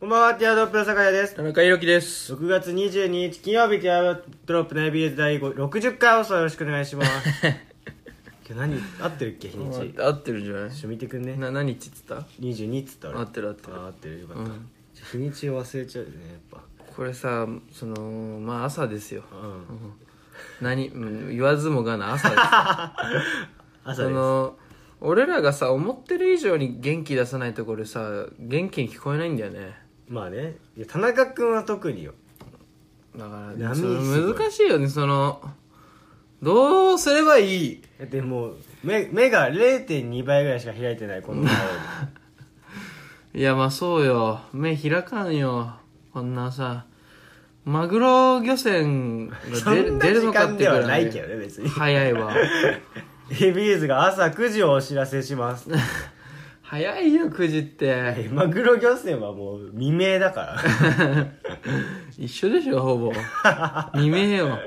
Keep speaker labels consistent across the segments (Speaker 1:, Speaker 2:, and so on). Speaker 1: こんばんは、ティアドロップの酒屋です。
Speaker 2: 田中裕樹です。
Speaker 1: 6月22日金曜日、ティアドロップの ABS 第5 60回放送よろしくお願いします。 今日何、合ってるっけ、日にち。ちょっ
Speaker 2: 合ってるんじゃない
Speaker 1: と見てくんね。
Speaker 2: な、何日っつった
Speaker 1: 22っつった俺。
Speaker 2: 合ってる合ってる
Speaker 1: あ合ってる、よかっ
Speaker 2: う
Speaker 1: た
Speaker 2: ん。
Speaker 1: ちょ日にち忘れちゃうよね、やっぱ。
Speaker 2: これさ、その、まあ朝ですよ。
Speaker 1: うん。
Speaker 2: 何、うん言わずもが な朝で
Speaker 1: 朝
Speaker 2: す。
Speaker 1: です。
Speaker 2: その、俺らがさ、思ってる以上に元気出さないとこれさ、元気に聞こえないんだよね。
Speaker 1: まあね、いや田中くんは特によ。
Speaker 2: だか
Speaker 1: 波
Speaker 2: ら、
Speaker 1: す
Speaker 2: そ
Speaker 1: ごい
Speaker 2: の難しいよね、その、どうすればいい
Speaker 1: だってもう、目、目が0.2倍ぐらいしか開いてない、この前よ
Speaker 2: いや、まあそうよ。目開かんよ。こんなさ、マグロ漁船が
Speaker 1: り。そ
Speaker 2: 出る
Speaker 1: んな
Speaker 2: 出る
Speaker 1: 時
Speaker 2: のかっ
Speaker 1: 間
Speaker 2: て
Speaker 1: で
Speaker 2: ぐ
Speaker 1: は
Speaker 2: らい
Speaker 1: ないけどね、別に。
Speaker 2: 早いわ。
Speaker 1: ABS が朝9時をお知らせします。
Speaker 2: 早いよ、9時っ
Speaker 1: え
Speaker 2: て。
Speaker 1: マグロ漁船はもう未明だ から
Speaker 2: 一緒でしょ、ほぼ。未明よ。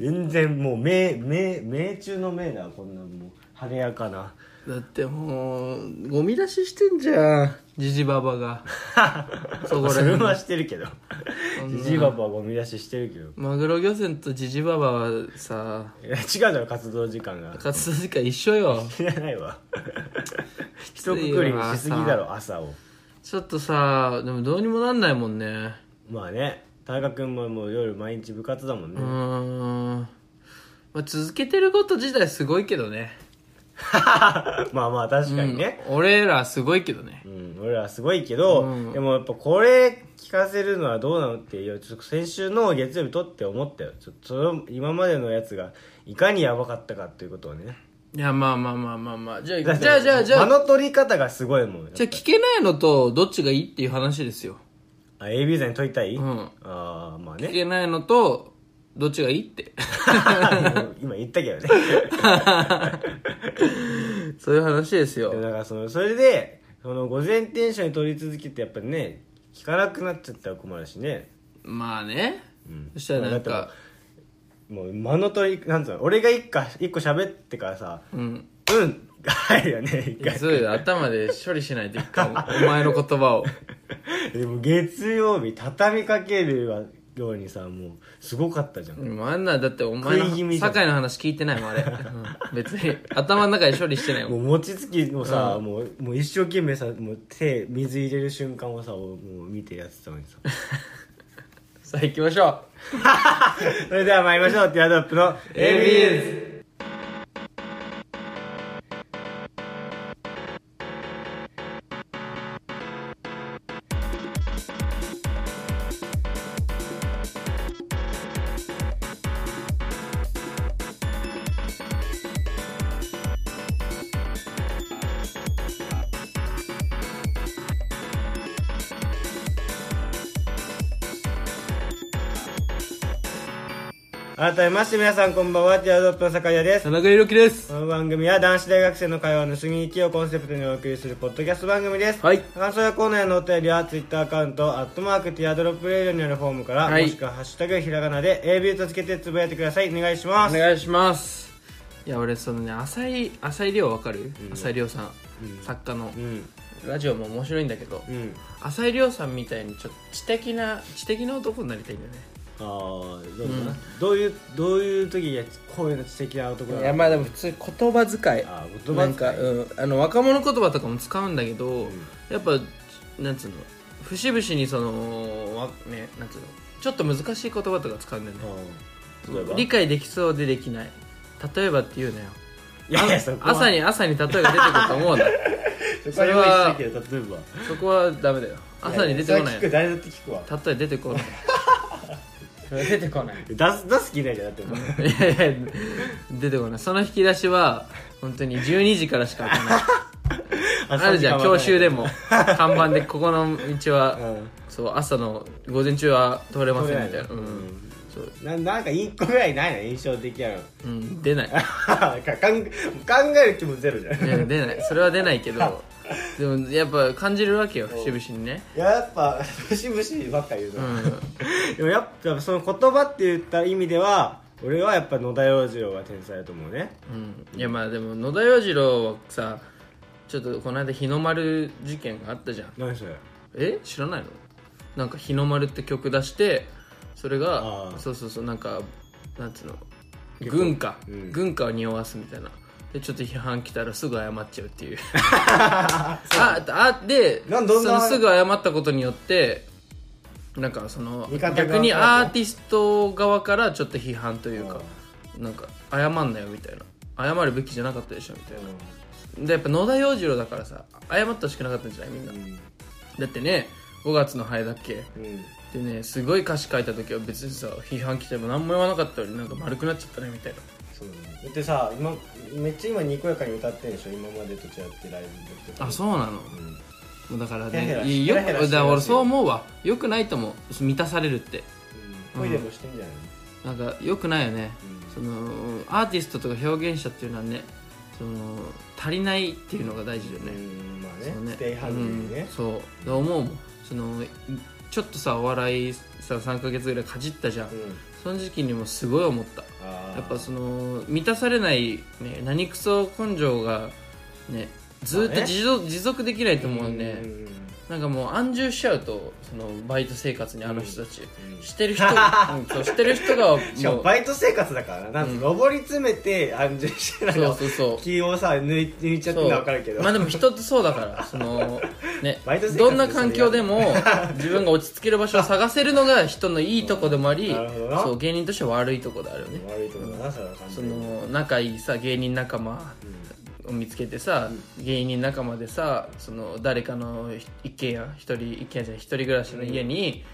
Speaker 1: 全然もう命命命中の命なこんなもう晴れやかな
Speaker 2: だってもう、ゴミ出ししてんじゃん。じじばばが。そこら辺
Speaker 1: それはしてるけど
Speaker 2: そんな
Speaker 1: じじばばはゴミ出ししてるけど
Speaker 2: マグロ漁船とじじばばはさ、
Speaker 1: いや違うだろ活動時間が
Speaker 2: 活動時間一緒よ。
Speaker 1: 知らないわ
Speaker 2: き
Speaker 1: 一
Speaker 2: つ
Speaker 1: 括
Speaker 2: いよ
Speaker 1: りにしすぎだろ朝を
Speaker 2: ちょっとさ、でもどうにもなんないもんね。
Speaker 1: まあね田中君ももう夜毎日部活だもん
Speaker 2: う
Speaker 1: ね、
Speaker 2: ーん。まあ、続けてること自体すごいけどね。
Speaker 1: まあまあ確かにね、
Speaker 2: うん俺らすごいけどね
Speaker 1: う。ん、俺らすごいけど、
Speaker 2: うん
Speaker 1: でもやっぱこれ聞かせるのはどうなのっていうちょっと先週の月曜日撮って思ったよちょっとその今までのやつがいかにやばかったかっていうことをね
Speaker 2: いや、まあまあまあまあまあ。じゃあ、
Speaker 1: だって
Speaker 2: じゃあじゃあじゃ
Speaker 1: 間
Speaker 2: あ、
Speaker 1: の取り方がすごいもん
Speaker 2: じゃあ聞けないのとどっちがいいっていう話ですよ。
Speaker 1: あ AB さんに取りたい、
Speaker 2: うん
Speaker 1: ああまあ
Speaker 2: 聞
Speaker 1: ね
Speaker 2: けないのとどっちがいいって。
Speaker 1: 今言ったけどね
Speaker 2: そういう話です
Speaker 1: でも
Speaker 2: よ。
Speaker 1: なんかそのそれでその午前テンションに取り続けてやっぱりね聞かなくなっちゃったら困るしね
Speaker 2: まあね。
Speaker 1: ん
Speaker 2: そしたらなんか、
Speaker 1: もう間の取りなんつうの俺が一個一個喋ってからさ
Speaker 2: うん。
Speaker 1: うん入るよね一
Speaker 2: い
Speaker 1: 回
Speaker 2: やそうよ。頭で処理しないといかん。 お前の言葉を。
Speaker 1: でも月曜日畳みかけるようにさもうすごかったじゃん、
Speaker 2: うんあんな、だってお前
Speaker 1: 食い気味
Speaker 2: の、
Speaker 1: じゃん
Speaker 2: 酒井の話聞いてないもん、あれ。うん別に、頭の中で処理してないも
Speaker 1: も
Speaker 2: ん。
Speaker 1: う餅つきもさ、もうもう一生懸命さもう手水入れる瞬間をさもう見てやってたの にさ
Speaker 2: さあ行きましょう。
Speaker 1: それでは参りましょうティアドロップの
Speaker 2: ABS
Speaker 1: 改めまして皆さんこんばんはティアドロップの酒屋です
Speaker 2: 田中裕樹です。
Speaker 1: この番組は男子大学生の会話の主義域をコンセプトにお送りするポッドキャスト番組です、
Speaker 2: はい
Speaker 1: 感想やコーナーへのお便りは Twitter アカウント「アットマークティアドロップレイド」にあるフォームから、
Speaker 2: はい
Speaker 1: もしくは「ハッシュタグひらがな」で AB とつけてつぶやいてくださいお願いしま
Speaker 2: お
Speaker 1: す
Speaker 2: 願いしますいや俺そのね浅井浅井亮わかる、浅井亮さん、作家の
Speaker 1: うん
Speaker 2: ラジオも面白いんだけど、
Speaker 1: うん
Speaker 2: 浅井亮さんみたいにちょっと知的な知的な男になりたいんだよね
Speaker 1: ああどうだな、どういうどういう時がこういうの知的な男なの
Speaker 2: いやまあでも普通に言葉遣い
Speaker 1: あー言葉
Speaker 2: な
Speaker 1: 遣い
Speaker 2: んか、うん、あの若者言葉とかも使うんだけど、やっぱなんつうの節々にそのわねなんつうのちょっと難しい言葉とか使うんだよね
Speaker 1: あー例えば
Speaker 2: 理解できそうでできない例えばって言うなよ
Speaker 1: いやいや
Speaker 2: あ
Speaker 1: そこは
Speaker 2: 朝に朝に例えが出てくると思う な
Speaker 1: そ
Speaker 2: そ
Speaker 1: れ
Speaker 2: れ
Speaker 1: は
Speaker 2: は
Speaker 1: 一緒だけど例えば
Speaker 2: そこはダメだよ朝に出てこない
Speaker 1: ややそれは聞く誰だって聞く わ
Speaker 2: 例え出てこないそれは出て こない
Speaker 1: 出す出す気ないじゃんだってもう
Speaker 2: いやいや出てこないその引き出しは本当に12時からしか開かないあるじゃん教習でも看板でここの道は、
Speaker 1: うん
Speaker 2: そう朝の午前中は通れませんみたいな
Speaker 1: 通れない
Speaker 2: う
Speaker 1: の
Speaker 2: んそう、
Speaker 1: ななんか一個ぐらいないの印象的やろ
Speaker 2: うん、出ないい
Speaker 1: かかん考える気もゼロじゃん
Speaker 2: や出ないそれは出ないけどでもやっぱ感じるわけよ節々にね
Speaker 1: やっぱ節々ばっか言う
Speaker 2: う
Speaker 1: の、
Speaker 2: ん
Speaker 1: でもやっぱその言葉って言った意味では俺はやっぱ野田洋次郎が天才だと思うね
Speaker 2: うん、いやまあでも野田洋次郎はさちょっとこの間日の丸事件があったじゃん
Speaker 1: 何それ
Speaker 2: え知らないのなんか「日の丸」って曲出してそれ
Speaker 1: あ
Speaker 2: が
Speaker 1: ー
Speaker 2: そうそうそうなんかなんつうの
Speaker 1: 結構
Speaker 2: 軍歌、
Speaker 1: うん
Speaker 2: 軍歌を匂わすみたいなでちょっと批判来たらすぐ謝っちゃう っていうああで
Speaker 1: なんどんな
Speaker 2: そのすぐ謝ったことによってなんかその
Speaker 1: 味方側
Speaker 2: 逆に
Speaker 1: から
Speaker 2: ア
Speaker 1: ね
Speaker 2: ーティスト側からちょっと批判という
Speaker 1: う
Speaker 2: か
Speaker 1: ん
Speaker 2: なんか謝んなよみたいな謝るべきじゃなかったでしょみたいなでやっぱ野田洋次郎だからさ謝ってほしくなかったんじゃないみんなだってね5月のハだっけ
Speaker 1: うんうん
Speaker 2: でねすごい歌詞書いた時は別にさ批判来ても何も言わなかったのになんか丸くなっちゃったねみたいな
Speaker 1: そうねでさ今めっちゃ今にこやかに歌ってんでしょ今までと違ってライブの時とか
Speaker 2: あそう
Speaker 1: う
Speaker 2: なの
Speaker 1: ん
Speaker 2: もうだから
Speaker 1: ヘラヘラ
Speaker 2: ね
Speaker 1: し
Speaker 2: いいよ
Speaker 1: ヘラヘラして
Speaker 2: だから
Speaker 1: ま
Speaker 2: 俺
Speaker 1: す
Speaker 2: そう
Speaker 1: よ
Speaker 2: 思うわよくないと思う満たされるって
Speaker 1: うん恋でもしてんじゃない
Speaker 2: なんかよくないよね
Speaker 1: の
Speaker 2: そのアーティストとか表現者っていうのはねその足りないっていうのが大事だよ
Speaker 1: う
Speaker 2: ね
Speaker 1: んまあ
Speaker 2: そう
Speaker 1: ねステイハングリー
Speaker 2: う
Speaker 1: ね
Speaker 2: んそうだから思うもんそのちょっとさお笑いさ3ヶ月ぐらいかじったじゃん
Speaker 1: うん
Speaker 2: その時期にもすごい思った
Speaker 1: あー
Speaker 2: やっぱその満たされない、ね、何くそ根性がねず
Speaker 1: ま
Speaker 2: っ
Speaker 1: あ
Speaker 2: と
Speaker 1: ね
Speaker 2: 持続,、持続できないと思うね、
Speaker 1: ん
Speaker 2: なんかもう安住しちゃうとそのバイト生活にあの人たち、
Speaker 1: うん
Speaker 2: し てる人、うんそうしてる人がもう
Speaker 1: しかもバイト生活だからななんか
Speaker 2: うん
Speaker 1: 上り詰めて安住してなん
Speaker 2: そう
Speaker 1: か
Speaker 2: そうそう
Speaker 1: 気をさ抜い抜いちゃってるのは分かるけど
Speaker 2: まあでも人ってそうだからそのね
Speaker 1: バイト生活
Speaker 2: どんな環境でも自分が落ち着ける場所を探せるのが人のいいとこでもあ り
Speaker 1: なるほどな
Speaker 2: そう芸人としては悪いとこであるよね
Speaker 1: 悪いとこだなそれは感じ
Speaker 2: その仲いいさ芸人仲間を見つけてさ、芸人仲間でさその誰かの一軒家一人一軒家じゃない一人暮らしの家に、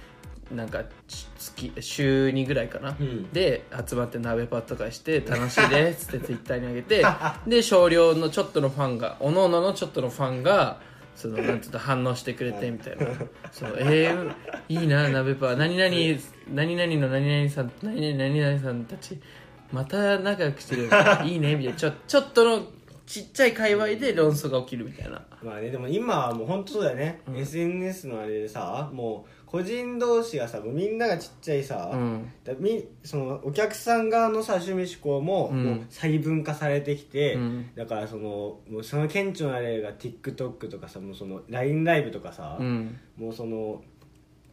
Speaker 2: なんかし月週2ぐらいかな、
Speaker 1: うん
Speaker 2: で集まって鍋パッとかして楽しいです ってツイッターに上げてで少量のちょっとのファンがおのののちょっとのファンがそのなんつうの反応してくれてみたいなそうえー、いいな鍋パー何々何々の何々さん何々何々さんたちまた仲良くしてるいいねみたいなちょちょっとのちっちゃい界隈で論争が起きるみたいな
Speaker 1: まあねでも今はもう本当そうだよね、SNS のあれでさもう個人同士がさもうみんながちっちゃいさ、
Speaker 2: うん
Speaker 1: だみそのお客さん側のさ趣味嗜好も,、
Speaker 2: うん
Speaker 1: もう細分化されてきて、
Speaker 2: うん
Speaker 1: だからそのもうその顕著な例が TikTok とかさもうその LINE ライブとかさ、
Speaker 2: うん
Speaker 1: もうその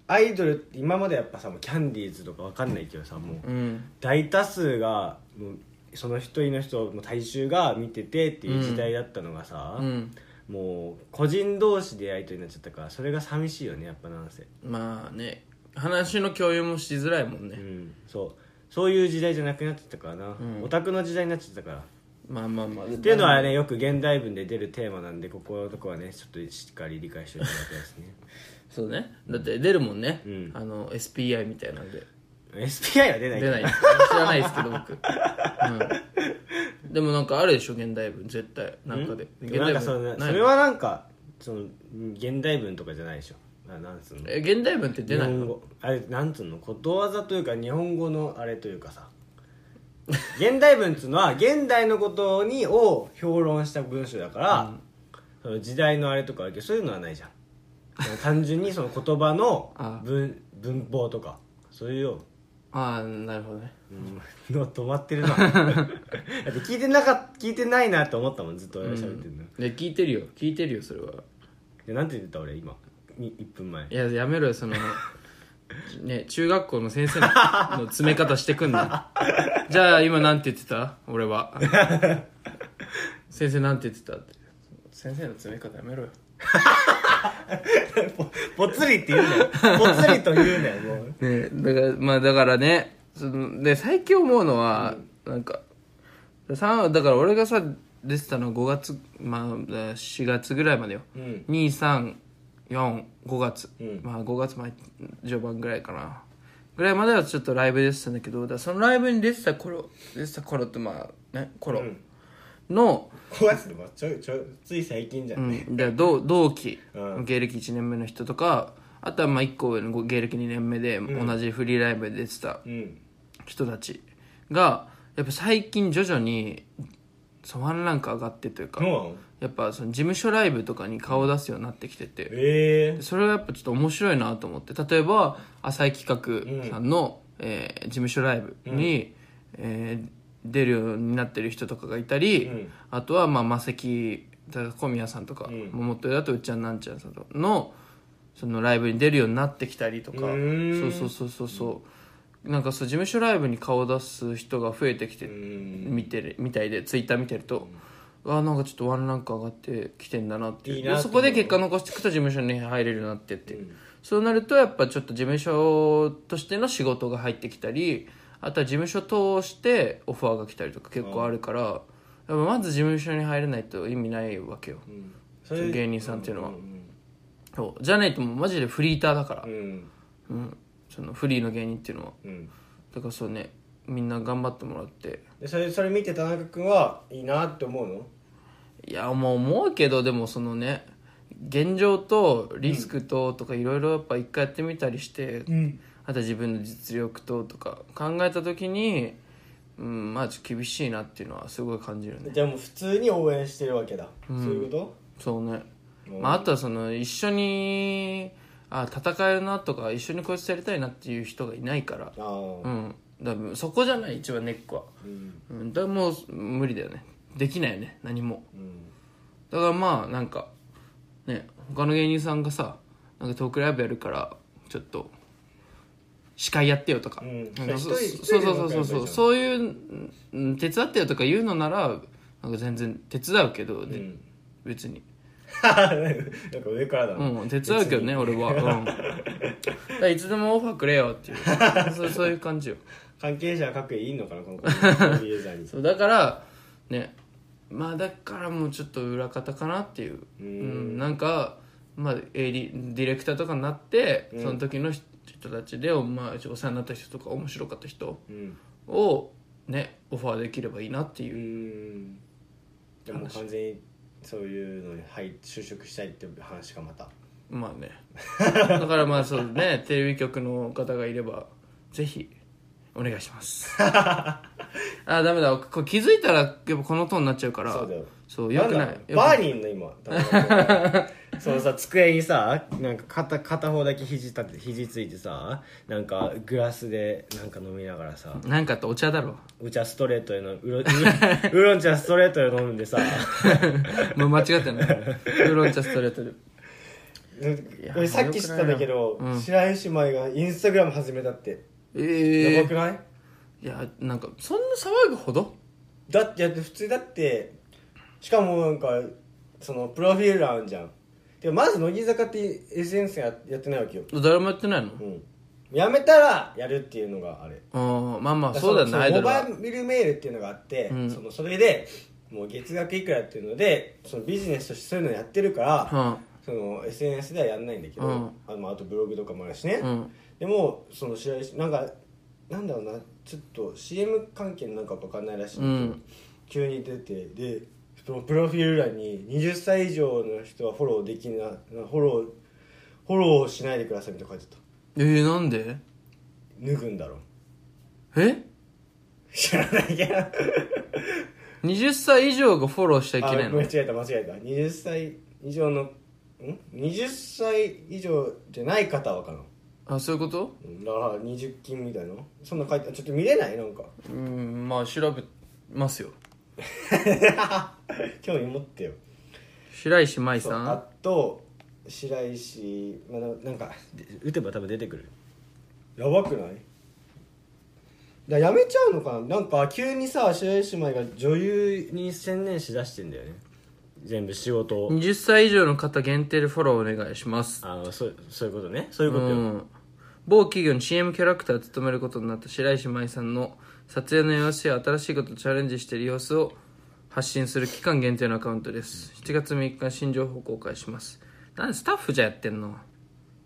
Speaker 1: アイドルって今までやっぱさもうキャンディーズとかわかんないけどさもう
Speaker 2: うん
Speaker 1: 大多数がもうその一人の人の大衆が見ててっていう時代だったのがさ、
Speaker 2: うん
Speaker 1: もう個人同士でやり取りになっちゃったからそれが寂しいよねやっぱなんせ、
Speaker 2: まあね話の共有もしづらいもん
Speaker 1: う
Speaker 2: ね
Speaker 1: ん、そうそういう時代じゃなくなってたからな、
Speaker 2: ん
Speaker 1: オタクの時代になっちゃったから
Speaker 2: まあまあまあっ
Speaker 1: っていうのはねよく現代文で出るテーマなんでここのとこはねちょっとしっかり理解していただきたいです ね
Speaker 2: そうねだって出るもんね、
Speaker 1: うん
Speaker 2: あの SPI みたいなんで
Speaker 1: SPI は出ないけ
Speaker 2: 出
Speaker 1: ど
Speaker 2: ないです知らないですけど僕、うん、でもなんかあるでしょ現代文絶対なんかで
Speaker 1: うん
Speaker 2: 現
Speaker 1: なん
Speaker 2: 代
Speaker 1: かその
Speaker 2: 文ない
Speaker 1: それはなんかそのうん現代文とかじゃないでしょななんつうの
Speaker 2: え現代文って出ない
Speaker 1: 日本
Speaker 2: の
Speaker 1: 語あれなんつうのことわざというか日本語のあれというかさ現代文っつうのは 現代のことにを評論した文章だから、その時代のあれとかあるけどそういうのはないじゃんその単純にその言葉の
Speaker 2: あ
Speaker 1: 文文法とかそういうよ
Speaker 2: ああなるほどね
Speaker 1: うんの 止まって るなだって聞いてなかっ聞いてないなと思ったもんずっと俺が喋ってるの、
Speaker 2: で聞いてるよ聞いてるよそれは
Speaker 1: でなんて言ってた俺今に1分前
Speaker 2: いややめろよそのね中学校の先生のの詰め方してくんなじゃあ今なんて言ってた俺は先生なんて言ってたって先生の詰め方やめろよ
Speaker 1: ぽつりって言うんだよぽつりと言うんだよもう
Speaker 2: ねだからまあだからねそので最近思うのは、なんかさだから俺がさ出てたのは5月まあ4月ぐらいまでよ、
Speaker 1: うん
Speaker 2: 2345月、
Speaker 1: うん
Speaker 2: まあ5月前序盤ぐらいかなぐらいまではちょっとライブ出てたんだけどだからそのライブに出てた頃出てた頃ってまあね頃
Speaker 1: うん
Speaker 2: の、
Speaker 1: 5月でもちょいちょいつい最近じゃ
Speaker 2: うん
Speaker 1: ね、
Speaker 2: ん、で同同期、
Speaker 1: うん
Speaker 2: 芸歴1年目の人とかあとはまあ1個上のご芸歴2年目で同じフリーライブで出てた、
Speaker 1: うん
Speaker 2: 人たちがやっぱ最近徐々にそうワンランク上がってというか
Speaker 1: そうなの
Speaker 2: やっぱその事務所ライブとかに顔を出すようになってきてて
Speaker 1: ええ
Speaker 2: それはやっぱちょっと面白いなと思って例えば浅井企画さんの、えー事務所ライブに、えー出るようになってる人とかがいたり、
Speaker 1: うん
Speaker 2: あとはまあマセキだから小宮さんとか、
Speaker 1: ん
Speaker 2: ももっとだとうっちゃんなんちゃんさんとのそのライブに出るようになってきたりとか
Speaker 1: ー
Speaker 2: そうんそうそうそうそうなんかそう事務所ライブに顔を出す人が増えてきて
Speaker 1: うん
Speaker 2: 見てるみたいでツイッター見てると、うわなんかちょっとワンランク上がってきてんだなっていう
Speaker 1: いいなって
Speaker 2: そこで結果残してくと事務所に入れるようになってってい
Speaker 1: う
Speaker 2: う、
Speaker 1: ん
Speaker 2: そうなるとやっぱちょっと事務所としての仕事が入ってきたりあとは事務所通してオファーが来たりとか結構あるから、やっぱまず事務所に入れないと意味ないわけよ、
Speaker 1: うんそれ
Speaker 2: 芸人さんっていうのは
Speaker 1: ん
Speaker 2: そうじゃないともうマジでフリーターだから、
Speaker 1: うんうん
Speaker 2: うんそのフリーの芸人っていうのは
Speaker 1: うん
Speaker 2: だからそうねみんな頑張ってもらって
Speaker 1: でそれそれ見て田中君はいいなって思うの
Speaker 2: いやもう思うけどでもそのね現状とリスクととかいろいろやっぱ一回やってみたりして、
Speaker 1: ん
Speaker 2: あと自分の実力ととか考えた時にうんまあちょっと厳しいなっていうのはすごい感じるね
Speaker 1: じゃあもう普通に応援してるわけだ、そういうこ
Speaker 2: そうね、
Speaker 1: うん
Speaker 2: まあ、あとはその一緒にあ戦えるなとか一緒にこいつやりたいなっていう人がいないから
Speaker 1: とあ
Speaker 2: う
Speaker 1: あ
Speaker 2: んだからそこじゃない一番根っこは、
Speaker 1: うん
Speaker 2: うん、だからもう無理だよねできないよね何も
Speaker 1: うん
Speaker 2: だからまあなんかね他の芸人さんがさなんかトークライブやるからちょっと司会やってよとか,、
Speaker 1: うん
Speaker 2: なんか
Speaker 1: そ
Speaker 2: そ
Speaker 1: れ
Speaker 2: う
Speaker 1: 一人
Speaker 2: そう
Speaker 1: 一人で
Speaker 2: そうそ
Speaker 1: な
Speaker 2: うそう
Speaker 1: んかやればいいじゃん
Speaker 2: そういううん手伝ってよとか言うのならなんか全然手伝うけど、で
Speaker 1: うん
Speaker 2: 別に、
Speaker 1: なんか上からだな、
Speaker 2: うん、手伝うけどね俺は、 うん、だからいつでもオファーくれよっていうそうそういう感じよ
Speaker 1: 関係者各位いんのかな このコミュニケーに
Speaker 2: そうだからねまあだからもうちょっと裏方かなっていううんなんか、まあ、AD ディレクターとかになって、その時の人たちで、まあ、お世話になった人とか面白かった人
Speaker 1: うん
Speaker 2: をねオファーできればいいなっていうう、
Speaker 1: んでも完全にそういうのに入っ就職したいって話がまた
Speaker 2: まあねだからまあそ うねテレビ局の方がいればぜひお願いします あダメだこれ気づいたらやっぱこのトーンになっちゃうから
Speaker 1: そうだよ
Speaker 2: そうよくない
Speaker 1: んだ
Speaker 2: よく
Speaker 1: バーニーの 今田中君そのさ机にさなんか片片方だけ肘立て肘ついてさなんかグラスでなんか飲みながらさ
Speaker 2: なんかあってお茶だろ
Speaker 1: うちはストレートで飲むうろうろんちゃんストレートで飲んでさ
Speaker 2: もう間違ってない ウーロン茶ストレートでや
Speaker 1: 俺さっき知ったんだけど、白石麻衣がインスタグラム始めたって、
Speaker 2: ええ
Speaker 1: やばくない
Speaker 2: いやなんかそんな騒ぐほど
Speaker 1: だってだって普通だってしかもなんかそのプロフィール欄あるじゃんでまず乃木坂って SNS ややってないわけよ、
Speaker 2: 誰もやってないの
Speaker 1: うん、やめたらやるっていうのがあれ
Speaker 2: あーまあまあそうだよね
Speaker 1: その
Speaker 2: アイ
Speaker 1: モ
Speaker 2: ドル
Speaker 1: バ
Speaker 2: は
Speaker 1: イルメールっていうのがあって、
Speaker 2: うん
Speaker 1: そのそれでもう月額いくらっていうのでそのビジネスとしてそういうのやってるから、その SNS ではやんないんだけど、
Speaker 2: うん
Speaker 1: あのあとブログとかもあるしね、
Speaker 2: うんうん
Speaker 1: でもその白石なんかなんだろうなちょっと CM 関係のなんかわかんないらしいんだけど、
Speaker 2: うん
Speaker 1: 急に出てでそのプロフィール欄に20歳以上の人はフォローできなフォローフォローしないでくださいみたいな書いてた
Speaker 2: えー、なんで
Speaker 1: 脱ぐんだろう
Speaker 2: え
Speaker 1: 知らないけど
Speaker 2: 20歳以上がフォローしちゃいけない
Speaker 1: あ間
Speaker 2: の
Speaker 1: 違えた間違えた20歳以上のん20歳以上じゃない方はかな
Speaker 2: あそういうこと
Speaker 1: うんだから20金みたいなそんな書いてあちょっと見れないなんか
Speaker 2: うんまあ調べますよ
Speaker 1: 興味持ってよ
Speaker 2: 白石麻衣
Speaker 1: そう
Speaker 2: さ
Speaker 1: あ
Speaker 2: ん
Speaker 1: と白石、まあ、ななんか打てば多分出てくるやばくないだやめちゃうのかななんか急にさ白石麻衣が女優に専念しだしてんだよね全部仕事を
Speaker 2: 20歳以上の方限定でフォローお願いします
Speaker 1: あのそうそういうことねそういうこと
Speaker 2: う
Speaker 1: よ、
Speaker 2: ん、某企業に CM キャラクターを務めることになった白石麻衣さんの撮影の様子や新しいことにチャレンジしている様子を発信する期間限定のアカウントです7月3日新情報公開しますなんでスタッフじゃやってんの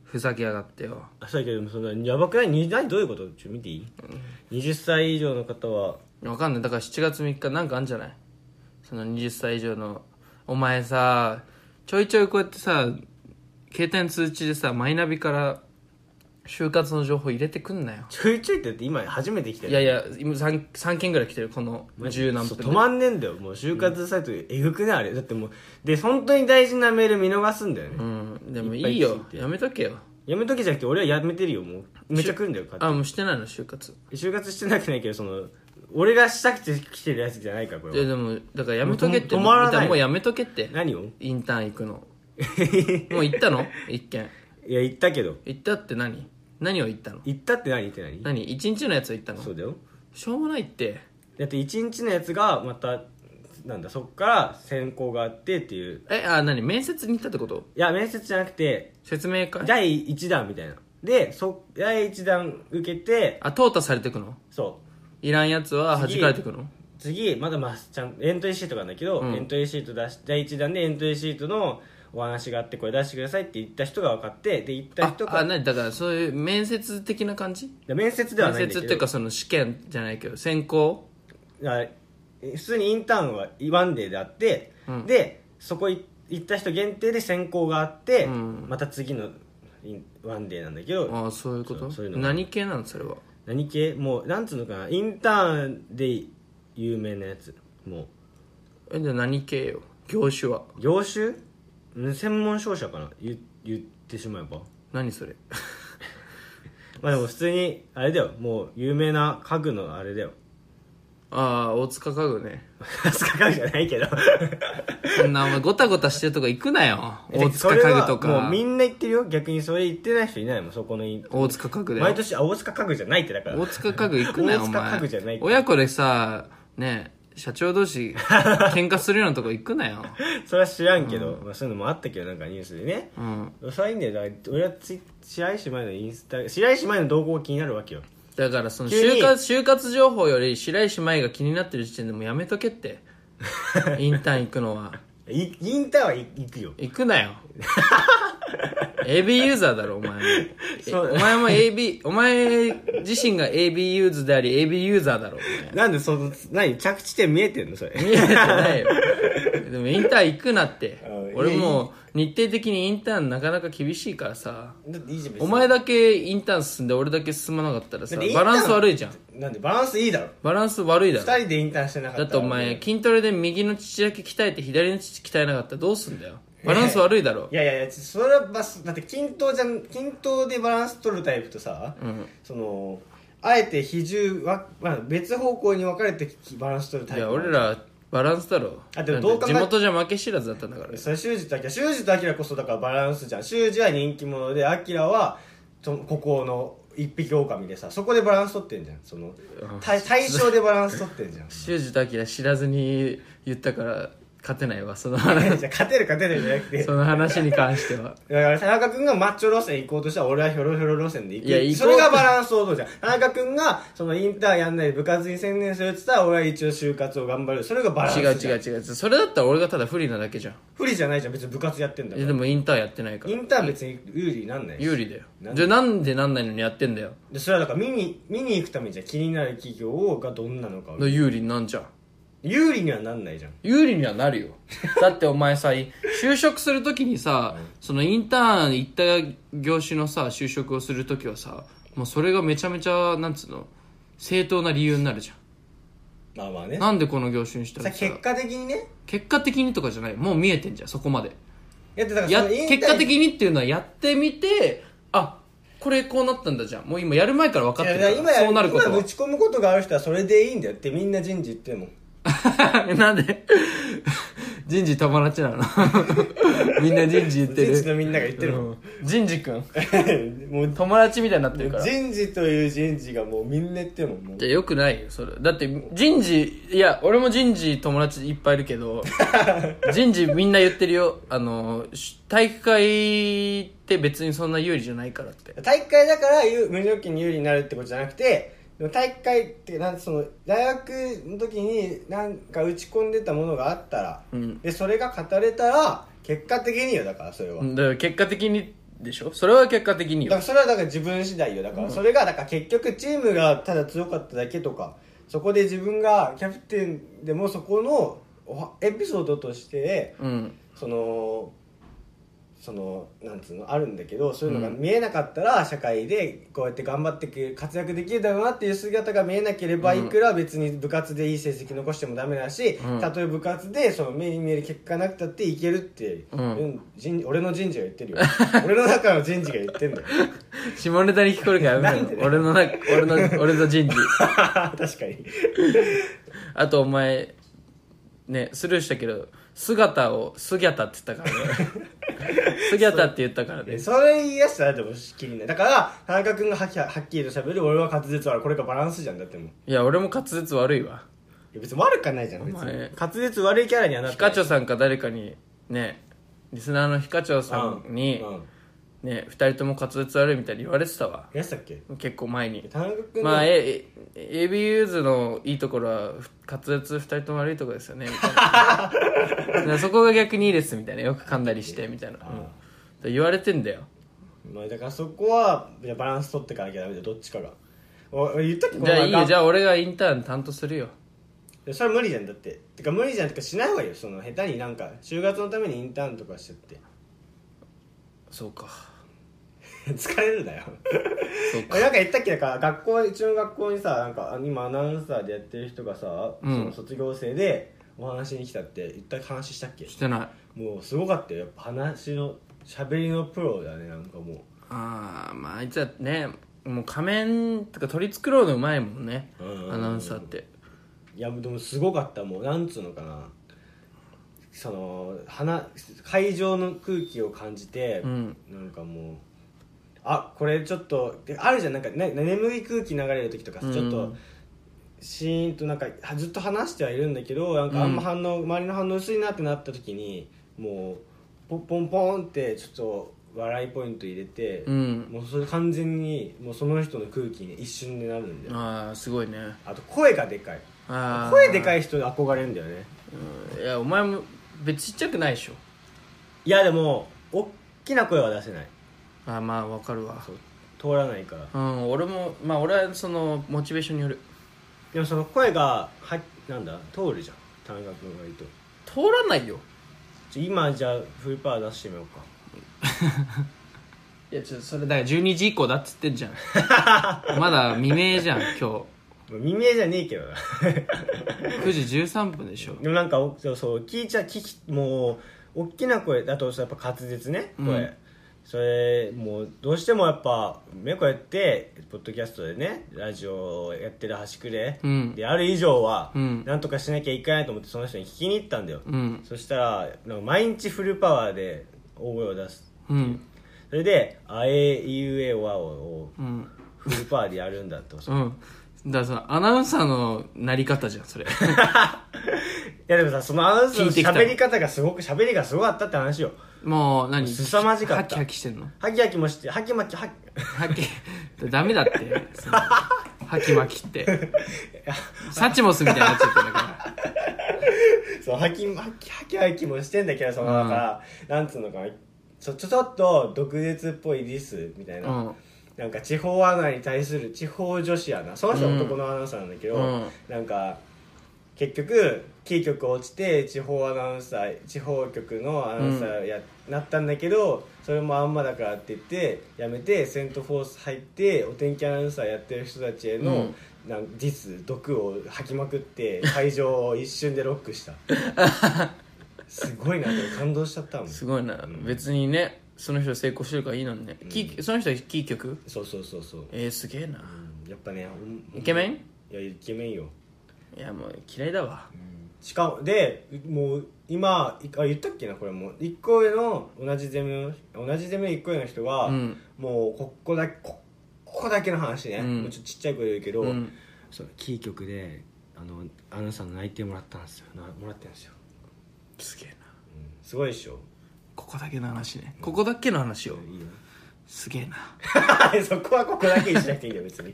Speaker 2: ふざけやがってよ
Speaker 1: あそうだけどそのやばくないに何どういうことちょっと見ていい、20歳以上の方は
Speaker 2: わかんないだから7月3日なんかあんじゃないその20歳以上のお前さちょいちょいこうやってさ携帯の通知でさマイナビから就活の情報入れてくんなよ
Speaker 1: ちょいちょいって言って今初めて来たよ
Speaker 2: いやいや今 3, 三件ぐらい来てるこの十何
Speaker 1: そう
Speaker 2: 分で
Speaker 1: 止まんねえんだよもう就活サイトえぐくないあれだってもうで本当に大事なメール見逃すんだよね、
Speaker 2: うんでもい
Speaker 1: いっぱい
Speaker 2: い
Speaker 1: 来
Speaker 2: よ
Speaker 1: て
Speaker 2: やめとけよ
Speaker 1: やめとけじゃなくて俺はやめてるよもうめっちゃ来るんだよ勝
Speaker 2: あもうしてないの就活
Speaker 1: 手に就活してなくてないけどその俺がしたくて来てるやつじゃないからこ
Speaker 2: いや
Speaker 1: れは
Speaker 2: でもだからやめとけって
Speaker 1: もう止まらない
Speaker 2: もうやめとけって
Speaker 1: 何を
Speaker 2: インターン行くのもう行ったの一件
Speaker 1: いや言ったけど
Speaker 2: 行ったって何何を言ったの
Speaker 1: 言ったって何言って何
Speaker 2: 何一日のやつを言ったの
Speaker 1: そうだよ
Speaker 2: しょうもないって
Speaker 1: だって1日のやつがまたなんだそっから選考があってっていう
Speaker 2: えあ何面接に行ったってこと
Speaker 1: いや面接じゃなくて
Speaker 2: 説明会
Speaker 1: 第1弾みたいなでそ第1弾受けて
Speaker 2: あ淘汰されてくの
Speaker 1: そう
Speaker 2: いらんやつは弾かれてくの
Speaker 1: 次まだまあちゃんエントリーシートがあるんだけど、
Speaker 2: うん
Speaker 1: エントリーシート出し第1弾でエントリーシートのお話があってこれ出してくださいって言った人が分かってで言った
Speaker 2: あ
Speaker 1: 人
Speaker 2: あ
Speaker 1: が
Speaker 2: 何だからそういう面接的な感じ
Speaker 1: 面接では
Speaker 2: 面
Speaker 1: ないんだけど
Speaker 2: 接っていうかその試験じゃないけど選考
Speaker 1: あ普通にインターンはワンデーであって、
Speaker 2: うん
Speaker 1: でそこい行った人限定で選考があって、
Speaker 2: うん
Speaker 1: また次のインワンデーなんだけど、
Speaker 2: ああそういうこと
Speaker 1: そうそういうのが
Speaker 2: 何系なのそれは
Speaker 1: 何系もうなんつうのかなインターンで有名なやつも
Speaker 2: えじゃあ何系よ業種は
Speaker 1: う業種うん専門商社かな言言ってしまえば
Speaker 2: 何それ
Speaker 1: まあでも普通にあれだよもう有名な家具のあれだよ
Speaker 2: ああ大塚家具ね
Speaker 1: 飛鳥家具じゃない けど
Speaker 2: そんなお前ごたごたしてるとこ行くなよ大
Speaker 1: そ
Speaker 2: 塚
Speaker 1: れ
Speaker 2: 家
Speaker 1: は
Speaker 2: 具と
Speaker 1: も
Speaker 2: か
Speaker 1: うみんな言ってるよ逆にそれ言ってない人いないもんそこのイン
Speaker 2: 大塚家具で
Speaker 1: 毎年あ大塚家具じゃないってだから
Speaker 2: 大塚家具行くなよ
Speaker 1: 大
Speaker 2: お
Speaker 1: 塚家具じゃない
Speaker 2: 前親子でさね社長同士喧嘩するようなとこ行くなよ
Speaker 1: それは知らんけど、まあ、そういうのもあったけどなんかニュースでね
Speaker 2: うん
Speaker 1: それはいいんだよだから俺はツイ白石麻衣のインスタ白石麻衣の動向が気になるわけよ
Speaker 2: だからその
Speaker 1: 急に
Speaker 2: 就活就活情報より白石麻衣が気になってる時点でもうやめとけって インターン行くのはい
Speaker 1: インターンはい行くよ
Speaker 2: 行く なよ AB ユーザーだろお前もえ
Speaker 1: そう
Speaker 2: お前も AB お前自身が AB ユーズであり AB ユーザーだろお前
Speaker 1: なんでその何着地点見えてんのそれ
Speaker 2: 見えてないよでもインターン行くなって
Speaker 1: うん
Speaker 2: 俺もう日程的にインターンなかなか厳しいからさ
Speaker 1: だっていいじゃん別に
Speaker 2: お前だけインターン進んで俺だけ進まなかったらさ
Speaker 1: だってインタ
Speaker 2: バ
Speaker 1: ーン
Speaker 2: ランス悪いじゃん
Speaker 1: なんでバランスいいだろ
Speaker 2: バランス悪いだろ
Speaker 1: 二人でインターンしてなかった
Speaker 2: だ
Speaker 1: ら
Speaker 2: ってお前筋トレで右の乳だけ鍛えて左の乳鍛えなかったらどうすんだよバランス悪いだろ
Speaker 1: いやいやいやそれはバスだって均等じゃん均等でバランス取るタイプとさ、
Speaker 2: うん
Speaker 1: そのあえて比重は、まあ、別方向に分かれてきバランス取るタイ
Speaker 2: い
Speaker 1: プ
Speaker 2: や俺らバランスだろ
Speaker 1: あでもどう考え
Speaker 2: なんて地元じゃ負け知らずだったんだから
Speaker 1: それ修二とアキラ修二とアキラこそだからバランスじゃん修二は人気者でアキラはと孤高の一匹狼でさそこでバランス取ってんじゃんその対対象でバランス取ってんじゃ ん
Speaker 2: 修二と明知らずに言ったから勝てないわその
Speaker 1: いや
Speaker 2: 話
Speaker 1: じゃあ勝てる勝てるじゃなくて
Speaker 2: その話に関しては
Speaker 1: だから田中君がマッチョ路線行こうとしたら俺はヒョロヒョロ路線で行く
Speaker 2: いや行こ
Speaker 1: そうれがバランスを取るじゃん田中君がそのインターンやんないで部活に専念するっつったら俺は一応就活を頑張るそれがバランス
Speaker 2: 違う
Speaker 1: じゃん
Speaker 2: 違う違うそれだったら俺がただ不利なだけじゃん
Speaker 1: 不利じゃないじゃん別に部活やってんだか
Speaker 2: いや
Speaker 1: ら
Speaker 2: でもインターンやってないから
Speaker 1: インターン別に有利になんないし
Speaker 2: 有利だよ
Speaker 1: なん
Speaker 2: じゃあなんでなんないのにやってんだよ
Speaker 1: でそれはだから見に見に行くためにじゃん気になる企業がどんなのかを
Speaker 2: の有利になんじゃん
Speaker 1: 有利にはなんないじゃん
Speaker 2: 有利にはな るよだってお前さ就職するときにさ、そのインターン行った業種のさ就職をするときはさもうそれがめちゃめちゃなんつうの正当な理由になるじゃん
Speaker 1: まあまあね
Speaker 2: なんでこの業種にした
Speaker 1: さ
Speaker 2: らさ
Speaker 1: 結果的にね
Speaker 2: 結果的にとかじゃないもう見えてんじゃんそこまで
Speaker 1: やってだから
Speaker 2: や
Speaker 1: そのインターン
Speaker 2: 結果的にっていうのはやってみてあこれこうなったんだじゃんもう今やる前から分かってる
Speaker 1: い
Speaker 2: か
Speaker 1: や
Speaker 2: ら
Speaker 1: いや今や
Speaker 2: そうなること
Speaker 1: 今ぶち込むことがある人はそれでいいんだよってみんな人事言 っても
Speaker 2: は なんで人事友達なの みんな人事言ってる
Speaker 1: 人事のみんなが言ってるもん、
Speaker 2: うん人事くん
Speaker 1: もう
Speaker 2: 友達みたいになってるからじ
Speaker 1: 人事という人事がもうみんな言ってるもんもう
Speaker 2: ゃよくないよそれだって人事いや俺も人事友達いっぱいいる けど人事みんな言ってるよあのし体育会って別にそんな有利じゃないからって
Speaker 1: 大会だから有無条件に有利になるってことじゃなくてでも大会ってなんその大学の時になんか打ち込んでたものがあったら、
Speaker 2: うん
Speaker 1: でそれが語れたら結果的によだからそれは、
Speaker 2: だから結果的にでしょそれは結果的
Speaker 1: だ
Speaker 2: に
Speaker 1: か
Speaker 2: よ
Speaker 1: らそれはだから自分次第よだからそれがだから結局チームがただ強かっただけとかそこで自分がキャプテンでもそこのおはエピソードとして
Speaker 2: うん
Speaker 1: そのそのなんつうのあるんだけどそういうのが見えなかったら社会でこうやって頑張ってく活躍できるだろうなっていう姿が見えなければいくら別に部活でいい成績残してもダメだし
Speaker 2: うん
Speaker 1: たとえ部活でその目に見える結果なくたっていけるって、
Speaker 2: うん
Speaker 1: うん人俺の人事が言ってるよ 俺の中の人事が言ってんだよ
Speaker 2: 下ネタに聞こえるからやめ
Speaker 1: なんで
Speaker 2: ろ
Speaker 1: ね
Speaker 2: よ俺のな俺の俺の人事
Speaker 1: 確かに
Speaker 2: あとお前ねスルーしたけど姿を姿って言ったからね 姿って言ったから
Speaker 1: え
Speaker 2: ね
Speaker 1: それ言い出したらでもしきりないだから田中君がはっきはっきりと喋る俺は滑舌悪いこれがバランスじゃんだってもうい
Speaker 2: いや俺も滑舌悪いわ
Speaker 1: や別に悪くはないじゃん別に
Speaker 2: お前
Speaker 1: 滑舌悪いキャラにはなっ
Speaker 2: ヒ
Speaker 1: てな
Speaker 2: カ
Speaker 1: い
Speaker 2: チョさんか誰かにねリスナーのヒカチョさんに
Speaker 1: うんうん
Speaker 2: ね2人とも滑舌悪いみたいに言われてたわ
Speaker 1: やってたっけ
Speaker 2: 結構前に
Speaker 1: 田中君の
Speaker 2: まあええ AB ユーズのいいところは滑舌2人とも悪いところですよねみ たいなだからそこが逆にいいですみたいなよく噛んだりしてみたいな、うんだから言われてんだよ
Speaker 1: まあ、だからそこはいやバランス取っていかなきゃダメだよどっちかがお俺言ったっけ
Speaker 2: じゃあいいよじ
Speaker 1: ゃ
Speaker 2: ゃあ俺がインターン担当するよ
Speaker 1: それは無理じゃんだっててか無理じゃんとかしない方がいいよその下手になんか就活のためにインターンとかしちゃって
Speaker 2: そうか
Speaker 1: 疲れるなよ
Speaker 2: そう
Speaker 1: 俺 なんか言ったっけだから学校うちの学校にさなんかあ今アナウンサーでやってる人がさ、
Speaker 2: うん
Speaker 1: その卒業生でお話しに来たって言った話したっけ
Speaker 2: してない
Speaker 1: もうすごかったよやっぱ話の喋りのプロだねなんかもう
Speaker 2: ああまああいつはねもう仮面とか取り繕うのうまいもんね
Speaker 1: うん
Speaker 2: アナウンサーって
Speaker 1: いやでもすごかったもうなんつうのかなその花会場の空気を感じて、
Speaker 2: うん
Speaker 1: なんかもうあこれちょっとであるじゃんなんか、ね、眠い空気流れる時とかさ、
Speaker 2: うん
Speaker 1: ちょっとシーンとなんかはずっと話してはいるんだけどなんかあんま反応、周りの反応薄いなってなった時にもうポンポンポンってちょっと笑いポイント入れて、
Speaker 2: うん
Speaker 1: もうそれ完全にもうその人の空気に一瞬でなるんだよ、
Speaker 2: ああすごいね
Speaker 1: あと声がでかい
Speaker 2: ああ
Speaker 1: 声でか
Speaker 2: い、
Speaker 1: い人に憧れるんだよね
Speaker 2: うんいやお前も別にちっちゃくないでしょ
Speaker 1: いやでも大きな声は出せない
Speaker 2: ああまあわかるわ
Speaker 1: そう通らないから
Speaker 2: うん俺もまあ俺はそのモチベーションによる
Speaker 1: でもその声がはなんだ通るじゃん田中君がいると
Speaker 2: 通らないよ
Speaker 1: ちょ今じゃあフルパワー出してみようか
Speaker 2: いやちょそれだから12時以降だっつってんじゃん まだ未明じゃん今
Speaker 1: 未明じゃねえけどな
Speaker 2: 日9時13分でしょ
Speaker 1: でもなんかおそうそう聞いちゃ聞きもう大きな声だとやっぱ滑舌ね声、
Speaker 2: うん
Speaker 1: それもうどうしてもやっぱねこうやってポッドキャストでねラジオをやってる端くれ
Speaker 2: うん
Speaker 1: である以上は、
Speaker 2: うん
Speaker 1: なんとかしなきゃいけないと思ってその人に聞きに行ったんだよ、
Speaker 2: うん
Speaker 1: そしたらなんか毎日フルパワーで大声を出す
Speaker 2: うん
Speaker 1: それで「あえいうえおあお」を
Speaker 2: うん
Speaker 1: フルパワーでやるんだって
Speaker 2: うんだからそのアナウンサーのなり方じゃんそ れ
Speaker 1: いやでもさそのアナウンスの
Speaker 2: 聞いてきた
Speaker 1: 喋り方がすごく喋りがすごかったって話よ
Speaker 2: もう何
Speaker 1: 凄まじかった
Speaker 2: ハキハキしてんの
Speaker 1: ハキハキもしてハキマキハキ
Speaker 2: ハキダメだってそのハキマキ ってサチモスみたいになっちゃってるんだから
Speaker 1: そうハキハキハキハキもしてんだけどその
Speaker 2: う
Speaker 1: なんんか、なんつうのかなちょちょちょっと毒舌っぽいディスみたいな、
Speaker 2: うん
Speaker 1: なんか地方アナに対する地方女子アナその人は男のアナウンサーなんだけど、
Speaker 2: うん
Speaker 1: なんか結局キー局落ちて地方アナウンサー地方局のアナウンサーや、なったんだけどそれもあんまだからって言ってやめてセントフォース入ってお天気アナウンサーやってる人たちへの、なんディス毒を吐きまくって会場を一瞬でロックしたすごいなって感動しちゃったもん
Speaker 2: すごいな、別にねその人成功してるからいいのにね、キーその人はキー局
Speaker 1: そうそうそうそう、
Speaker 2: えー、すげえな
Speaker 1: うんやっぱねほん
Speaker 2: イケメン
Speaker 1: いやイケメンよ
Speaker 2: いやもう嫌いだわ
Speaker 1: しかもでもう今いあ言ったっけなこれも1個上の同じゼミの同じゼミの1個上の人が、
Speaker 2: うん
Speaker 1: もうここだけこここだけの話ね、
Speaker 2: うん
Speaker 1: もうちょっとちっちゃい声で言うけど、
Speaker 2: うん
Speaker 1: そのキー局であのアナウンサーの内定もらったんですよなもらってんですよ、
Speaker 2: すげえな
Speaker 1: うんすごいでしょ
Speaker 2: ここだけの話ねここだけの話を
Speaker 1: いいよ
Speaker 2: すげえ な
Speaker 1: そこはここだけにしなくていいよ別に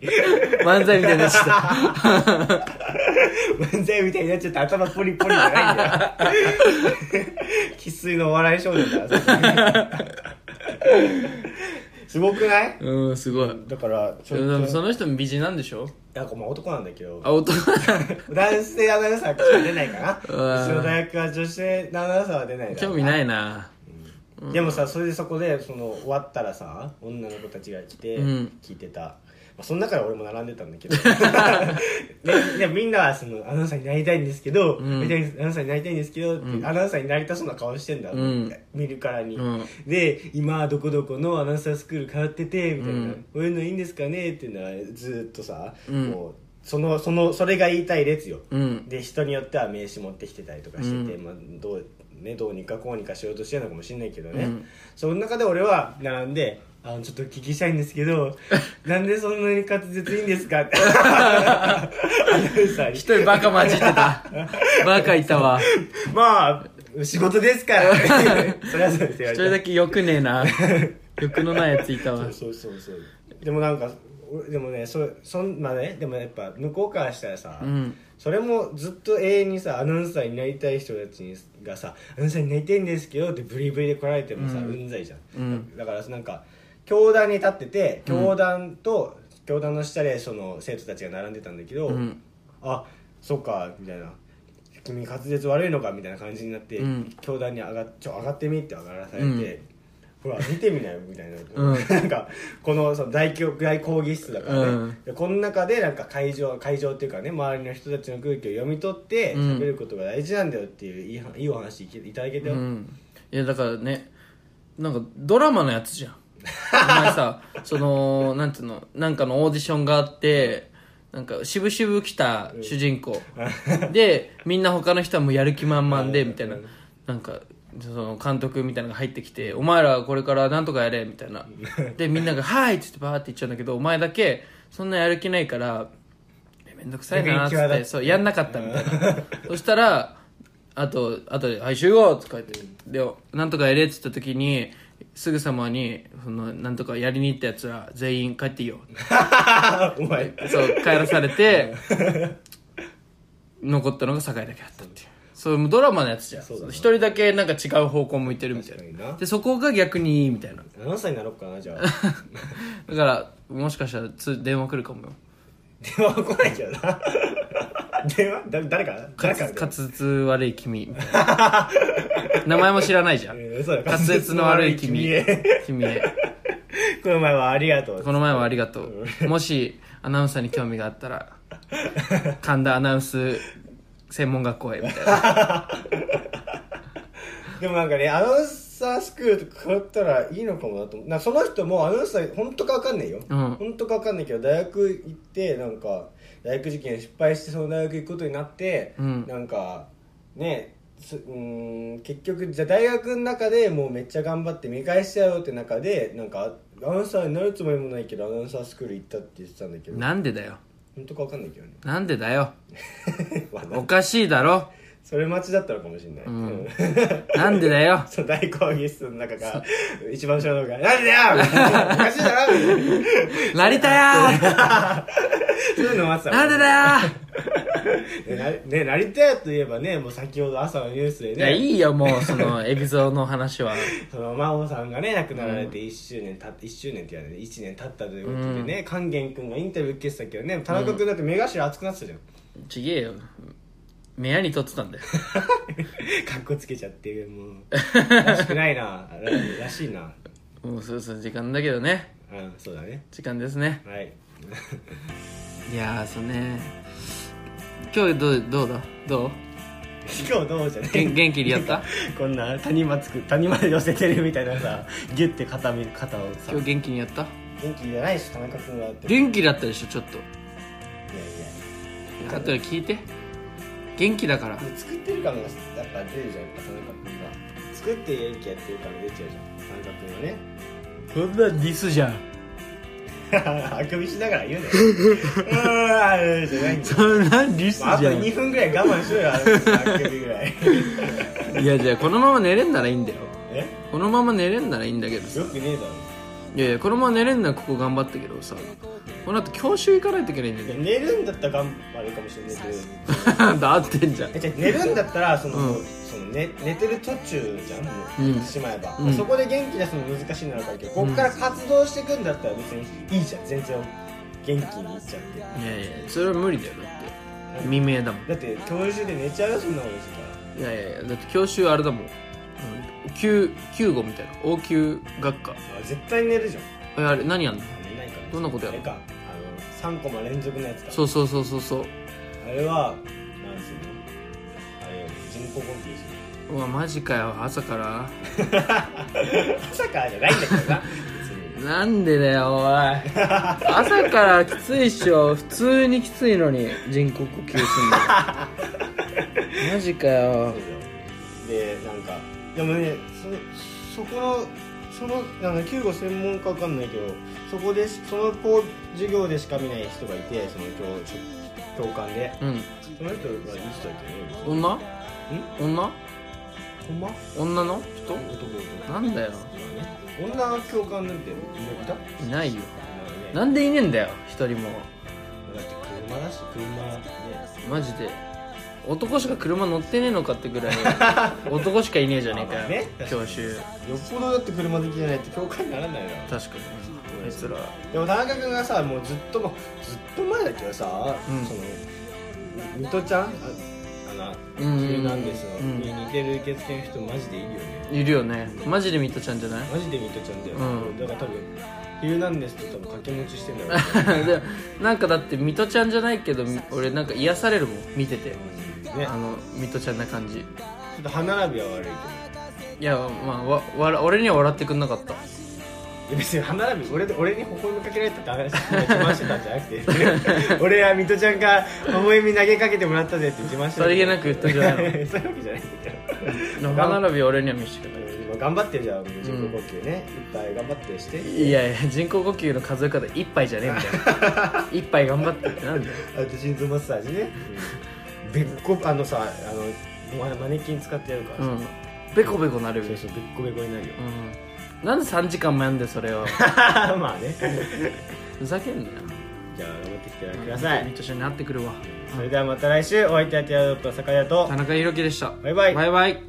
Speaker 2: 漫才みたいなした
Speaker 1: 漫才みたいになっちゃって頭ポリポリじゃないんだよ生粋のお笑い少年だからそれすごくない
Speaker 2: うんすごい
Speaker 1: だからち
Speaker 2: で
Speaker 1: ょっ
Speaker 2: も
Speaker 1: と
Speaker 2: その人も美人なんでしょ
Speaker 1: なんかまあ男なんだけど
Speaker 2: あ男
Speaker 1: 男性アナウンサーしか出ないかなうち
Speaker 2: わ
Speaker 1: の大学は女性アナウンサーは出ない
Speaker 2: 興味
Speaker 1: い
Speaker 2: ないな
Speaker 1: でもさそれでそこでその終わったらさ女の子たちが来て
Speaker 2: うん
Speaker 1: 聞いてた、まあ、その中で俺も並んでたんだ けどででみんなはそのアナウンサーになりたいんですけど、
Speaker 2: うん
Speaker 1: みたいにアナウンサーになりたいんですけど、ってアナウンサーになりたそうな顔してんだ、
Speaker 2: うん
Speaker 1: 見るからに、
Speaker 2: うん
Speaker 1: で今どこどこのアナウンサースクール通っててみたいな、
Speaker 2: うん
Speaker 1: こういうのいいんですかねっていうのはずーっとさ、
Speaker 2: うん
Speaker 1: もうそのそのそれが言いたい列よ、
Speaker 2: うん
Speaker 1: で人によっては名刺持ってきてたりとかしてて、
Speaker 2: う
Speaker 1: まあ、どうねどうにかこうにかしようとしてるのかもしれないけどね、
Speaker 2: うん
Speaker 1: その中で俺は並んであのちょっとお聞きしたいんですけ どなんでそんなに滑舌いいんですかってアナウンサーに
Speaker 2: 一人バカ混じって たバカいたわ
Speaker 1: まあ仕事ですから そりゃそうですよ
Speaker 2: 一人だけよくねえな欲のないやついたわ
Speaker 1: そうそうそうそうでもなんか俺でもねそそんなねでもやっぱ向こうからしたらさ、
Speaker 2: うん
Speaker 1: それもずっと永遠にさアナウンサーになりたい人たちにがさ「アナウンサーになりたいんですけど」ってブリブリで来られてもさ、
Speaker 2: う
Speaker 1: うんん、ざいじゃん、
Speaker 2: うん
Speaker 1: だからなんか教壇に立ってて
Speaker 2: うん
Speaker 1: 教壇と、教壇の下でその生徒たちが並んでたんだけど、
Speaker 2: うん
Speaker 1: あそっかみたいな君滑舌悪いのかみたいな感じになって、
Speaker 2: うん
Speaker 1: 教壇に上がっちょ上がってみって上がらされて、
Speaker 2: うん
Speaker 1: ほら見てみなよみたいな、
Speaker 2: うん
Speaker 1: なんかこのその大教大講義室だからね、
Speaker 2: うん
Speaker 1: でこの中でなんか会場会場っていうかね周りの人たちの空気を読み取って
Speaker 2: うん
Speaker 1: 喋ることが大事なんだよっていういいはいいお話いけいただけたよ、
Speaker 2: うんいやだからねなんかドラマのやつじゃんお前さ そのなんていうのなんかのオーディションがあってなんか渋々来た主人公、でみんな他の人はもうやる気満々でみたいななんかその監督みたいなのが入ってきて「お前らこれからなんとかやれ」みたいなでみんなが「 はい」っつってバーって言っちゃうんだけどお前だけそんなやる気ないからえめんどくさいなーっつ
Speaker 1: 雰囲気は
Speaker 2: っ
Speaker 1: だってて
Speaker 2: そうやんなかったみたい なそしたらあとあとで「はい集合」とか言って「でなんとかやれ」っつった時にすぐさまにそのなんとかやりに行ったやつら全員帰っていいよ
Speaker 1: お前
Speaker 2: そう帰らさ れて残ったのが酒井だけだったっていうそうもうドラマのやつじゃん
Speaker 1: そうだな
Speaker 2: 一人だけなんか違う方向向いてるみたい
Speaker 1: 確かに
Speaker 2: な
Speaker 1: な
Speaker 2: でそこが逆にいいみたいな
Speaker 1: 何歳になろうかなじゃあ
Speaker 2: だからもしかしたらつ電話来るかもよ
Speaker 1: 電話来ないけど な電話だ誰から
Speaker 2: 滑
Speaker 1: 誰から
Speaker 2: 滑舌悪い君みたいな名前も知らないじゃん
Speaker 1: えー そうだ
Speaker 2: 滑舌の悪い 君
Speaker 1: 滑舌の悪い君へ
Speaker 2: 君へ
Speaker 1: この前はありがとう
Speaker 2: この前はありがとうもしアナウンサーに興味があったら神田アナウンス専門学校へみたいな
Speaker 1: でもなんかねアナウンサースクールとか通ったらいいのかもなと思うなんかその人もアナウンサー本当かわかんないよ、
Speaker 2: うん
Speaker 1: 本当かわかんないけど大学行ってなんか大学受験失敗してその大学行くことになって、
Speaker 2: うん
Speaker 1: なんかねすうーん結局じゃあ大学の中でもうめっちゃ頑張って見返してやろうって中でなんかアナウンサーになるつもりもないけどアナウンサースクール行ったって言ってたんだけど
Speaker 2: なんでだよ
Speaker 1: 本当かわかんないけどね
Speaker 2: なんでだよ
Speaker 1: まあな
Speaker 2: おかしいだろ
Speaker 1: それ待ちだったのかもしれない、
Speaker 2: ん
Speaker 1: うん
Speaker 2: なんでだよ
Speaker 1: その大講義室の中が一番後ろの方が「なんでだよ!」おかしいだろみたいな
Speaker 2: 成田や
Speaker 1: そういうの待って
Speaker 2: ー
Speaker 1: た
Speaker 2: なんでだ
Speaker 1: だよね成田屋といえばねもう先ほど朝のニュースで
Speaker 2: よいや
Speaker 1: ね
Speaker 2: いいよもうその海老蔵の話は
Speaker 1: その真央さんがね亡くなられて1周年た、一周年って言われて1年経ったということでね勸玄君がインタビュー受けてたけどね田中君だって目頭熱くなってたじゃ ん、
Speaker 2: ちげえよ目やに取ってたんだよ
Speaker 1: かっこつけちゃってもう らしくないなららしいな
Speaker 2: もうそろそろ時間だけどね
Speaker 1: うんそうだね
Speaker 2: 時間ですね
Speaker 1: はい
Speaker 2: いやーそうね今日どうどうだどう
Speaker 1: 今日どうじゃね
Speaker 2: げん元気にやった
Speaker 1: こんな谷間つく谷間で寄せてるみたいなさギュッて肩み肩をさ
Speaker 2: 今日元気にやった
Speaker 1: 元気じゃないでしょ田中君はっていやい
Speaker 2: 元気だったでしょちょっとあとで聞いて元気だから
Speaker 1: や作ってる感がやっぱ出るじゃんやっぱ田中君が作って元気やってる感が出ちゃうじゃん田中君はね
Speaker 2: そんなディスじゃん
Speaker 1: あくびしながら言うねうーんじゃないんだよ
Speaker 2: そんなディス
Speaker 1: まああと2分ぐらい我慢しろよあのあくびぐ らい
Speaker 2: いやじゃあこのまま寝れんならいいんだよ
Speaker 1: え
Speaker 2: このまま寝れんならいいんだけどさ
Speaker 1: よくねえだろ
Speaker 2: いやいやこのまま寝れんならここ頑張ったけどさこの後教習行かないといけないんだ
Speaker 1: いや
Speaker 2: よ
Speaker 1: 寝るんだったら頑張るかもしれないけど
Speaker 2: だってんじゃん
Speaker 1: えじゃあ寝るんだったらその、
Speaker 2: うん
Speaker 1: その寝寝てる途中じゃんも
Speaker 2: う
Speaker 1: うん言ってしまえば、
Speaker 2: うん
Speaker 1: そこで元気出すの難しいならわかるけどここから活動していくんだったら別にいいじゃん全然元気にいっちゃって
Speaker 2: いやいやそれは無理だよだって未明だも
Speaker 1: だって教授で寝ちゃうよそんなことしたら
Speaker 2: んいやいやいやだって教習あれだもん9号みたいな応急学科
Speaker 1: あ絶対寝るじゃん
Speaker 2: えあれ何やんの
Speaker 1: あ寝ないから
Speaker 2: どんなことやる
Speaker 1: あれかあの3コマ連続のやつか
Speaker 2: そうそうそうそうそう
Speaker 1: あれはなんすうのあれよ人工呼吸す
Speaker 2: うわマジかよ朝から
Speaker 1: る朝からじゃないんだけど な別に
Speaker 2: なんでだよおい朝からきついっしょ普通にきついのに人工呼吸すんだよマジか
Speaker 1: そ
Speaker 2: よ
Speaker 1: うだよでなんかでもねそそこのそのなんか救護専門家わかんないけどそこでそのこう授業でしか見ない人がいてその教ちょ教官で
Speaker 2: うん
Speaker 1: その人はいい人だったよね
Speaker 2: 女
Speaker 1: ん
Speaker 2: 女
Speaker 1: ほんま
Speaker 2: 女の人
Speaker 1: 男男
Speaker 2: なんだよ
Speaker 1: 女の教官なんていたい
Speaker 2: いな
Speaker 1: ない
Speaker 2: いよ
Speaker 1: ね
Speaker 2: なんでいねえんだよ一人も
Speaker 1: だって車だし車ね
Speaker 2: マジで男しか車乗ってねえのかってぐ らい男しかいねえじゃねえか
Speaker 1: あまあ
Speaker 2: よ、
Speaker 1: ね
Speaker 2: 教習
Speaker 1: よっぽどだって車好きじゃないと教官にならないな
Speaker 2: 確かにあいつら
Speaker 1: でも田中君がさもうずっともずっと前だけどさ、
Speaker 2: うん
Speaker 1: その水戸ちゃんああの「ヒ
Speaker 2: う
Speaker 1: ル
Speaker 2: ん
Speaker 1: ナンデスの」
Speaker 2: うん
Speaker 1: に似てる受付の人マジでいるよね
Speaker 2: いるよねマジでミトちゃんじゃない
Speaker 1: マジで水戸ちゃんだよ、
Speaker 2: うん
Speaker 1: だから多分「ヒルナンデス」と多分掛け持ちしてんだろうね
Speaker 2: でなんかだってミトちゃんじゃないけどみ俺なんか癒されるもん見てて
Speaker 1: ね
Speaker 2: あのミトちゃんな感じ
Speaker 1: ちょっと歯並びは悪いけど
Speaker 2: いやまあわわ俺には笑ってくんなかった
Speaker 1: いや別に歯並び俺で俺に微笑みかけられたって話自慢してたんじゃなく て俺は水戸ちゃんが微笑み投げかけてもらったぜって自慢してた
Speaker 2: さりげなく言ったんじゃない
Speaker 1: そういうわけじゃないんだけど
Speaker 2: 歯並びは俺には見せてくれ
Speaker 1: うんまあ頑張ってるじゃん人工呼吸ね、いっぱい頑張ってして
Speaker 2: ないいやいや人工呼吸の数え方一杯じゃねえみたいな 一杯頑張ってってなんだよ
Speaker 1: あと心臓マッサージね、べっこあのさあのお前マネキン使ってやるか
Speaker 2: う
Speaker 1: らさ、
Speaker 2: んベコベコなる
Speaker 1: そう
Speaker 2: よ
Speaker 1: そうべっこべこになるよ、
Speaker 2: うんなんで3時間もやんでそれを
Speaker 1: まあね
Speaker 2: ふざけんなよ
Speaker 1: じゃあ頑張ってきてください、
Speaker 2: ミトちゃんになってくるわ
Speaker 1: それではまた来週お相手はティアドロップの酒屋と
Speaker 2: 田中裕樹でした
Speaker 1: バイバイ
Speaker 2: バイバイ